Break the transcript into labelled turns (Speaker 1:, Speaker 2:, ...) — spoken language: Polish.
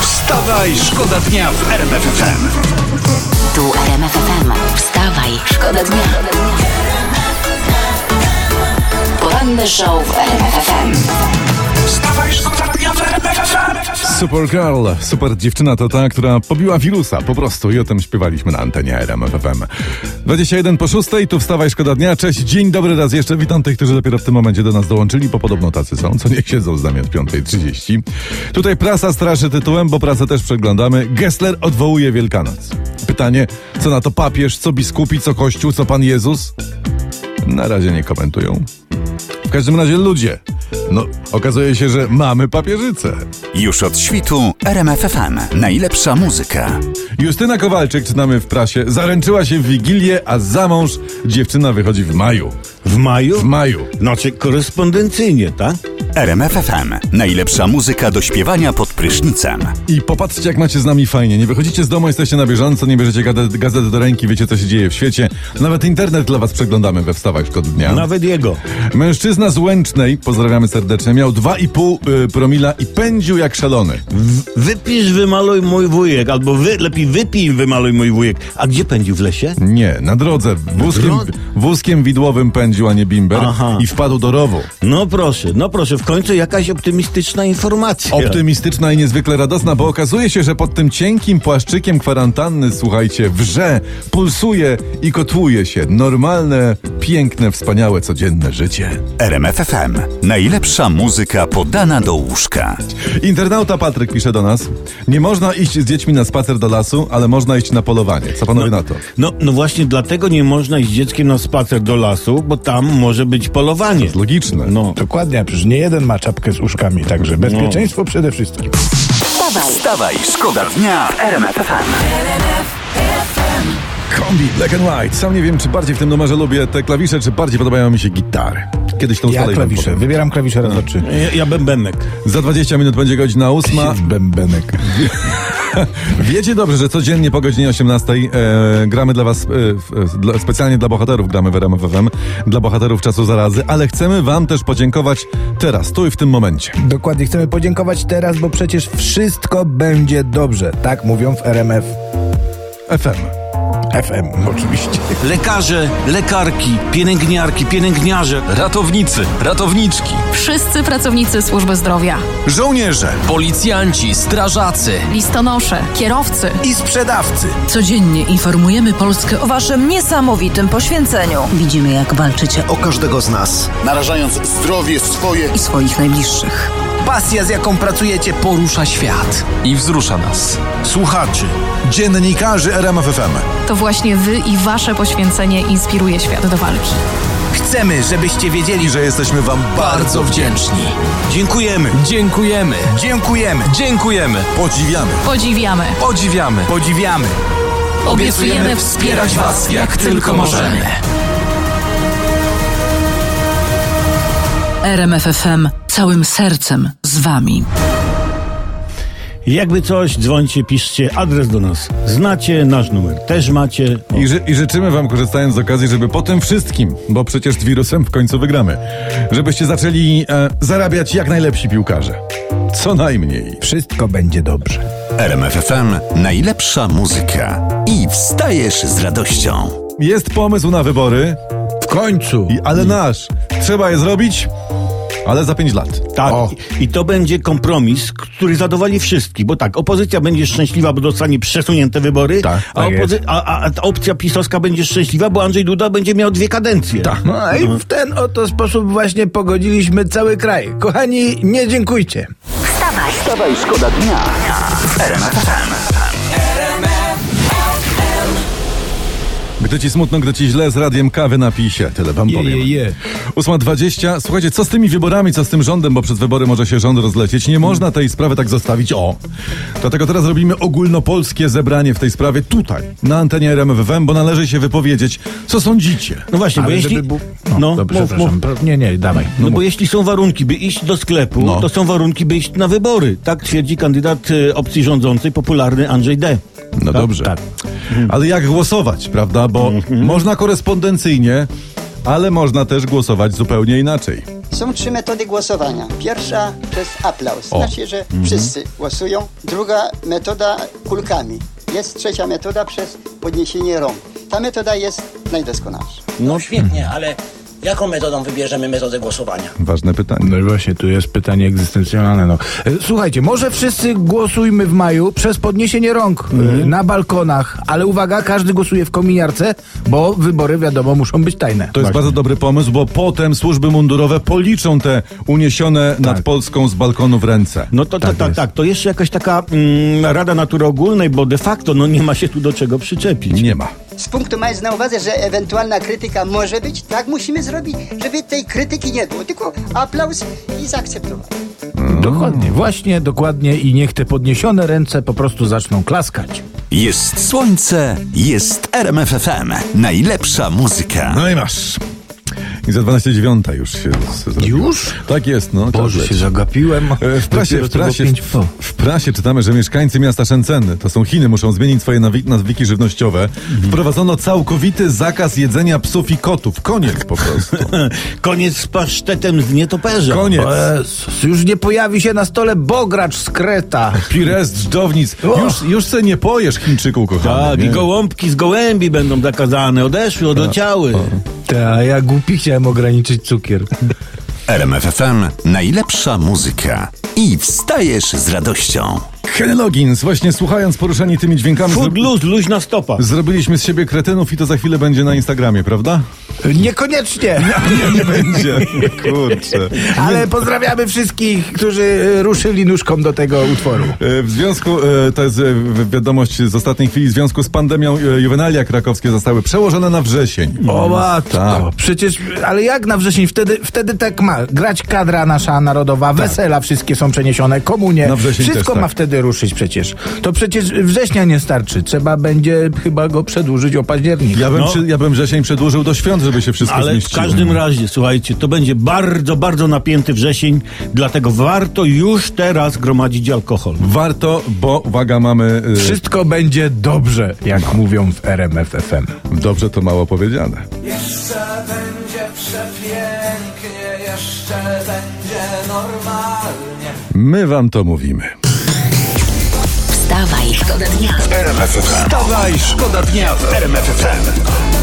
Speaker 1: Wstawaj, szkoda dnia w RMFFM.
Speaker 2: Tu RMF FM. Wstawaj, szkoda dnia. Poranny show w RMF FM.
Speaker 1: Wstawaj, szkoda dnia w RMFFM.
Speaker 3: Super Girl, super dziewczyna to ta, która pobiła wirusa po prostu i o tym śpiewaliśmy na antenie RMFFM. 21 po 6, tu wstawaj szkoda dnia, cześć, dzień dobry raz jeszcze, witam tych, którzy dopiero w tym momencie do nas dołączyli, bo podobno tacy są, co nie siedzą z nami od 5.30. Tutaj prasa straszy tytułem, bo prasę też przeglądamy, Gessler odwołuje Wielkanoc. Pytanie, co na to papież, co biskupi, co kościół, co Pan Jezus? Na razie nie komentują. W każdym razie ludzie, no okazuje się, że mamy papieżycę.
Speaker 1: Już od świtu RMFFM. Najlepsza muzyka.
Speaker 3: Justyna Kowalczyk, czytamy w prasie, zaręczyła się w Wigilię, a za mąż dziewczyna wychodzi w maju.
Speaker 4: W maju?
Speaker 3: W maju.
Speaker 4: Znaczy korespondencyjnie, tak?
Speaker 1: RMFFM. Najlepsza muzyka do śpiewania pod prysznicem.
Speaker 3: I popatrzcie, jak macie z nami fajnie. Nie wychodzicie z domu, jesteście na bieżąco, nie bierzecie gazet, gazety do ręki, wiecie, co się dzieje w świecie. Nawet internet dla was przeglądamy we wstawach szkod dnia.
Speaker 4: Nawet jego.
Speaker 3: Mężczyzna z Łęcznej, pozdrawiamy serdecznie, miał 2,5 y, promila i pędził jak szalony.
Speaker 4: W- wypisz, wymaluj mój wujek, albo wy, lepiej wypij, wymaluj mój wujek. A gdzie pędził w lesie?
Speaker 3: Nie, na drodze, wózkiem,
Speaker 4: drodze?
Speaker 3: wózkiem widłowym pędził, a nie bimber
Speaker 4: Aha.
Speaker 3: i wpadł do rowu.
Speaker 4: No proszę, no proszę, w końcu jakaś optymistyczna informacja.
Speaker 3: Optymistyczna i niezwykle radosna, bo okazuje się, że pod tym cienkim płaszczykiem kwarantanny, słuchajcie, wrze, pulsuje i kotłuje się normalne, piękne, wspaniałe, codzienne życie.
Speaker 1: RMFFM. Najlepsza muzyka podana do łóżka.
Speaker 3: Internauta Patryk pisze do nas: Nie można iść z dziećmi na spacer do lasu, ale można iść na polowanie. Co panowie na to?
Speaker 4: No, no właśnie dlatego nie można iść z dzieckiem na spacer do lasu, bo tam może być polowanie.
Speaker 3: Logiczne.
Speaker 4: No.
Speaker 5: Dokładnie, a przecież nie jeden ma czapkę z uszkami, także bezpieczeństwo przede wszystkim.
Speaker 2: Wstawaj,
Speaker 1: Wstawaj, szkoda dnia w RMFFM.
Speaker 3: Kombi Black and White. Sam nie wiem, czy bardziej w tym numerze lubię te klawisze, czy bardziej podobają mi się gitary. Kiedyś to
Speaker 5: Ja
Speaker 4: tak
Speaker 3: ustalę i wam
Speaker 5: klawisze,
Speaker 3: powiem.
Speaker 5: wybieram klawisze raz oczy.
Speaker 4: Ja, ja bębenek.
Speaker 3: Za 20 minut będzie godzina ósma.
Speaker 5: W bębenek.
Speaker 3: Wiecie dobrze, że codziennie po godzinie 18 e, gramy dla was, e, w- e, dla, specjalnie dla bohaterów gramy w RMF FM, dla bohaterów czasu zarazy, ale chcemy wam też podziękować teraz, tu i w tym momencie.
Speaker 5: Dokładnie, chcemy podziękować teraz, bo przecież wszystko będzie dobrze. Tak mówią w RMF
Speaker 3: FM.
Speaker 5: FM oczywiście.
Speaker 6: Lekarze, lekarki, pielęgniarki, pielęgniarze, ratownicy, ratowniczki,
Speaker 7: Wszyscy pracownicy służby zdrowia,
Speaker 1: Żołnierze.
Speaker 6: policjanci, strażacy.
Speaker 7: listonosze, kierowcy.
Speaker 1: I sprzedawcy.
Speaker 8: Codziennie informujemy Polskę o Waszym niesamowitym poświęceniu. Widzimy, jak walczycie
Speaker 9: o każdego z nas, narażając zdrowie swoje
Speaker 8: i swoich najbliższych.
Speaker 9: pasja, z jaką pracujecie,
Speaker 6: Porusza świat i wzrusza nas.
Speaker 1: Słuchaczy. Dziennikarzy RMFFM.
Speaker 7: To właśnie wy i wasze poświęcenie inspiruje świat do walki.
Speaker 9: chcemy, żebyście wiedzieli, że
Speaker 1: Jesteśmy wam
Speaker 6: Bardzo wdzięczni.
Speaker 4: Dziękujemy.
Speaker 6: Dziękujemy.
Speaker 9: dziękujemy,
Speaker 6: Dziękujemy.
Speaker 1: podziwiamy.
Speaker 7: Podziwiamy.
Speaker 6: Podziwiamy.
Speaker 9: podziwiamy.
Speaker 6: Obiecujemy wspierać Was jak tylko możemy.
Speaker 8: RMFFM całym sercem z Wami.
Speaker 4: Jakby coś, dzwońcie, piszcie adres do nas. Znacie nasz numer, też macie. O.
Speaker 3: I, ży- I życzymy Wam, korzystając z okazji, żeby po tym wszystkim, bo przecież z wirusem w końcu wygramy, żebyście zaczęli e, zarabiać jak najlepsi piłkarze. Co najmniej.
Speaker 5: Wszystko będzie dobrze.
Speaker 1: RMFFM. Najlepsza muzyka. I wstajesz z radością.
Speaker 3: Jest pomysł na wybory,
Speaker 5: W końcu.
Speaker 3: i, ale nasz. Trzeba je zrobić, ale za 5 lat.
Speaker 4: Tak, i- i to będzie kompromis, który zadowoli wszystkich, bo tak, opozycja będzie szczęśliwa, bo dostanie przesunięte wybory,
Speaker 3: Tak,
Speaker 4: a,
Speaker 3: tak jest.
Speaker 4: opozy- a, a, a ta opcja pisowska będzie szczęśliwa, bo Andrzej Duda będzie miał dwie kadencje.
Speaker 10: Tak.
Speaker 5: No i w ten oto sposób właśnie pogodziliśmy cały kraj. Kochani, nie dziękujcie.
Speaker 2: wstawaj.
Speaker 1: Wstawaj, szkoda dnia w RMFFM.
Speaker 3: Gdy ci smutno, gdy ci źle, z radiem kawy napij się. Tyle wam
Speaker 5: Je,
Speaker 3: powiem.
Speaker 5: je, je.
Speaker 3: 8.20. Słuchajcie, co z tymi wyborami, co z tym rządem, bo przed wybory może się rząd rozlecieć. Nie można tej sprawy tak zostawić. O! Dlatego teraz robimy ogólnopolskie zebranie w tej sprawie tutaj, na antenie RMWM, bo należy się wypowiedzieć, co sądzicie.
Speaker 4: No właśnie, bo
Speaker 5: Ale
Speaker 4: jeśli...
Speaker 5: żeby bu-
Speaker 4: No,
Speaker 5: No, dobrze,
Speaker 4: mów, mów.
Speaker 5: przepraszam. Nie, nie, dawaj.
Speaker 4: No bo jeśli są warunki, by iść do sklepu,
Speaker 3: No.
Speaker 4: to są warunki, by iść na wybory. Tak twierdzi kandydat y, opcji rządzącej, popularny Andrzej D.
Speaker 3: No
Speaker 5: Tak,
Speaker 3: dobrze.
Speaker 4: tak.
Speaker 3: Ale jak głosować,
Speaker 10: Mhm.
Speaker 3: prawda? Bo można korespondencyjnie, ale można też głosować zupełnie inaczej.
Speaker 11: Są trzy metody głosowania. Pierwsza przez aplauz,
Speaker 3: O.
Speaker 11: znaczy, że wszyscy głosują. Druga metoda kulkami. Jest trzecia metoda przez podniesienie rąk. Ta metoda jest najdoskonalsza.
Speaker 12: No świetnie, ale jaką metodą wybierzemy metodę głosowania?
Speaker 3: Ważne pytanie.
Speaker 10: No i właśnie, tu jest pytanie egzystencjalne. No. E, Słuchajcie, może wszyscy głosujmy w maju przez podniesienie rąk e,
Speaker 3: Mhm.
Speaker 10: na balkonach, ale uwaga, każdy głosuje w kominiarce, bo wybory, wiadomo, muszą być tajne.
Speaker 3: To jest bardzo dobry pomysł, bo potem służby mundurowe policzą te
Speaker 10: Tak.
Speaker 3: uniesione nad Polską z balkonu w ręce.
Speaker 4: No to tak, tak, tak, To jeszcze jakaś taka mm, Rada Natury Ogólnej, bo de facto no, nie ma się tu do czego przyczepić.
Speaker 3: No, Nie ma.
Speaker 11: Z punktu mając na uwadze, że ewentualna krytyka może być, tak musimy zrobić, żeby tej krytyki nie było, tylko aplauz i zaakceptować.
Speaker 10: Dokładnie, właśnie, dokładnie i niech te podniesione ręce po prostu zaczną klaskać.
Speaker 1: Jest słońce, jest RMFFM. Najlepsza muzyka.
Speaker 3: No i masz. I za 12 dziewiąta już się z- zrobiło. Już? Tak jest, no.
Speaker 10: Boże, się zagapiłem.
Speaker 3: E, W prasie,
Speaker 10: Dopiero
Speaker 3: w,
Speaker 10: co było
Speaker 3: prasie,
Speaker 10: pięć
Speaker 3: w, w prasie czytamy, że mieszkańcy miasta Shenzhen, to są Chiny, muszą zmienić swoje nawi- nawyki żywnościowe.
Speaker 10: Mhm.
Speaker 3: Wprowadzono całkowity zakaz jedzenia psów i kotów. Koniec po prostu.
Speaker 4: Koniec z pasztetem z nietoperza. Tak,
Speaker 3: Koniec.
Speaker 10: Jezus, już nie pojawi się na stole bogracz z Kreta.
Speaker 3: Pires z dżdżownic. Już, już se nie pojesz Chińczyku, kochany.
Speaker 4: Tak,
Speaker 3: nie?
Speaker 4: i gołąbki z gołębi będą zakazane. Odeszły, odleciały.
Speaker 3: No,
Speaker 10: Ta, ja głupi chciałem ograniczyć cukier.
Speaker 1: RMFFM. Najlepsza muzyka. I wstajesz z radością.
Speaker 3: Kenny Loggins, właśnie słuchając poruszeni tymi dźwiękami...
Speaker 4: Food
Speaker 3: zro-
Speaker 4: luz, luźna stopa.
Speaker 3: Zrobiliśmy z siebie kretynów i to za chwilę będzie na Instagramie, prawda?
Speaker 10: E, Niekoniecznie,
Speaker 3: Nie, nie będzie. Kurczę.
Speaker 10: ale pozdrawiamy wszystkich, którzy e, ruszyli nóżką do tego utworu.
Speaker 3: E, W związku, e, to jest e, wi- wiadomość z ostatniej chwili, w związku z pandemią e, juwenalia krakowskie zostały przełożone na wrzesień.
Speaker 10: O
Speaker 3: tak.
Speaker 10: matko, No, przecież, ale jak na wrzesień, wtedy, wtedy tak ma, grać kadra nasza narodowa, wesela wszystkie są przeniesione, komunie,
Speaker 3: Tak. Na wrzesień
Speaker 10: wszystko
Speaker 3: też tak.
Speaker 10: ma wtedy ruszyć przecież. To przecież września nie starczy, trzeba będzie chyba go przedłużyć o październik.
Speaker 3: Ja bym,
Speaker 4: No.
Speaker 3: przy, ja bym wrzesień przedłużył do świąt, żeby się wszystko
Speaker 4: Ale w
Speaker 3: zmieściło.
Speaker 4: każdym razie, słuchajcie, to będzie bardzo, bardzo napięty wrzesień, dlatego warto już teraz gromadzić alkohol.
Speaker 3: Warto, bo uwaga, mamy... e,
Speaker 10: Wszystko będzie dobrze, jak mówią w RMF FM.
Speaker 3: Dobrze to mało powiedziane.
Speaker 6: Jeszcze będzie przepięknie, jeszcze będzie normalnie.
Speaker 3: My wam to mówimy.
Speaker 2: Wstawaj, szkoda dnia.
Speaker 9: Wstawaj, szkoda dnia w RMF FM.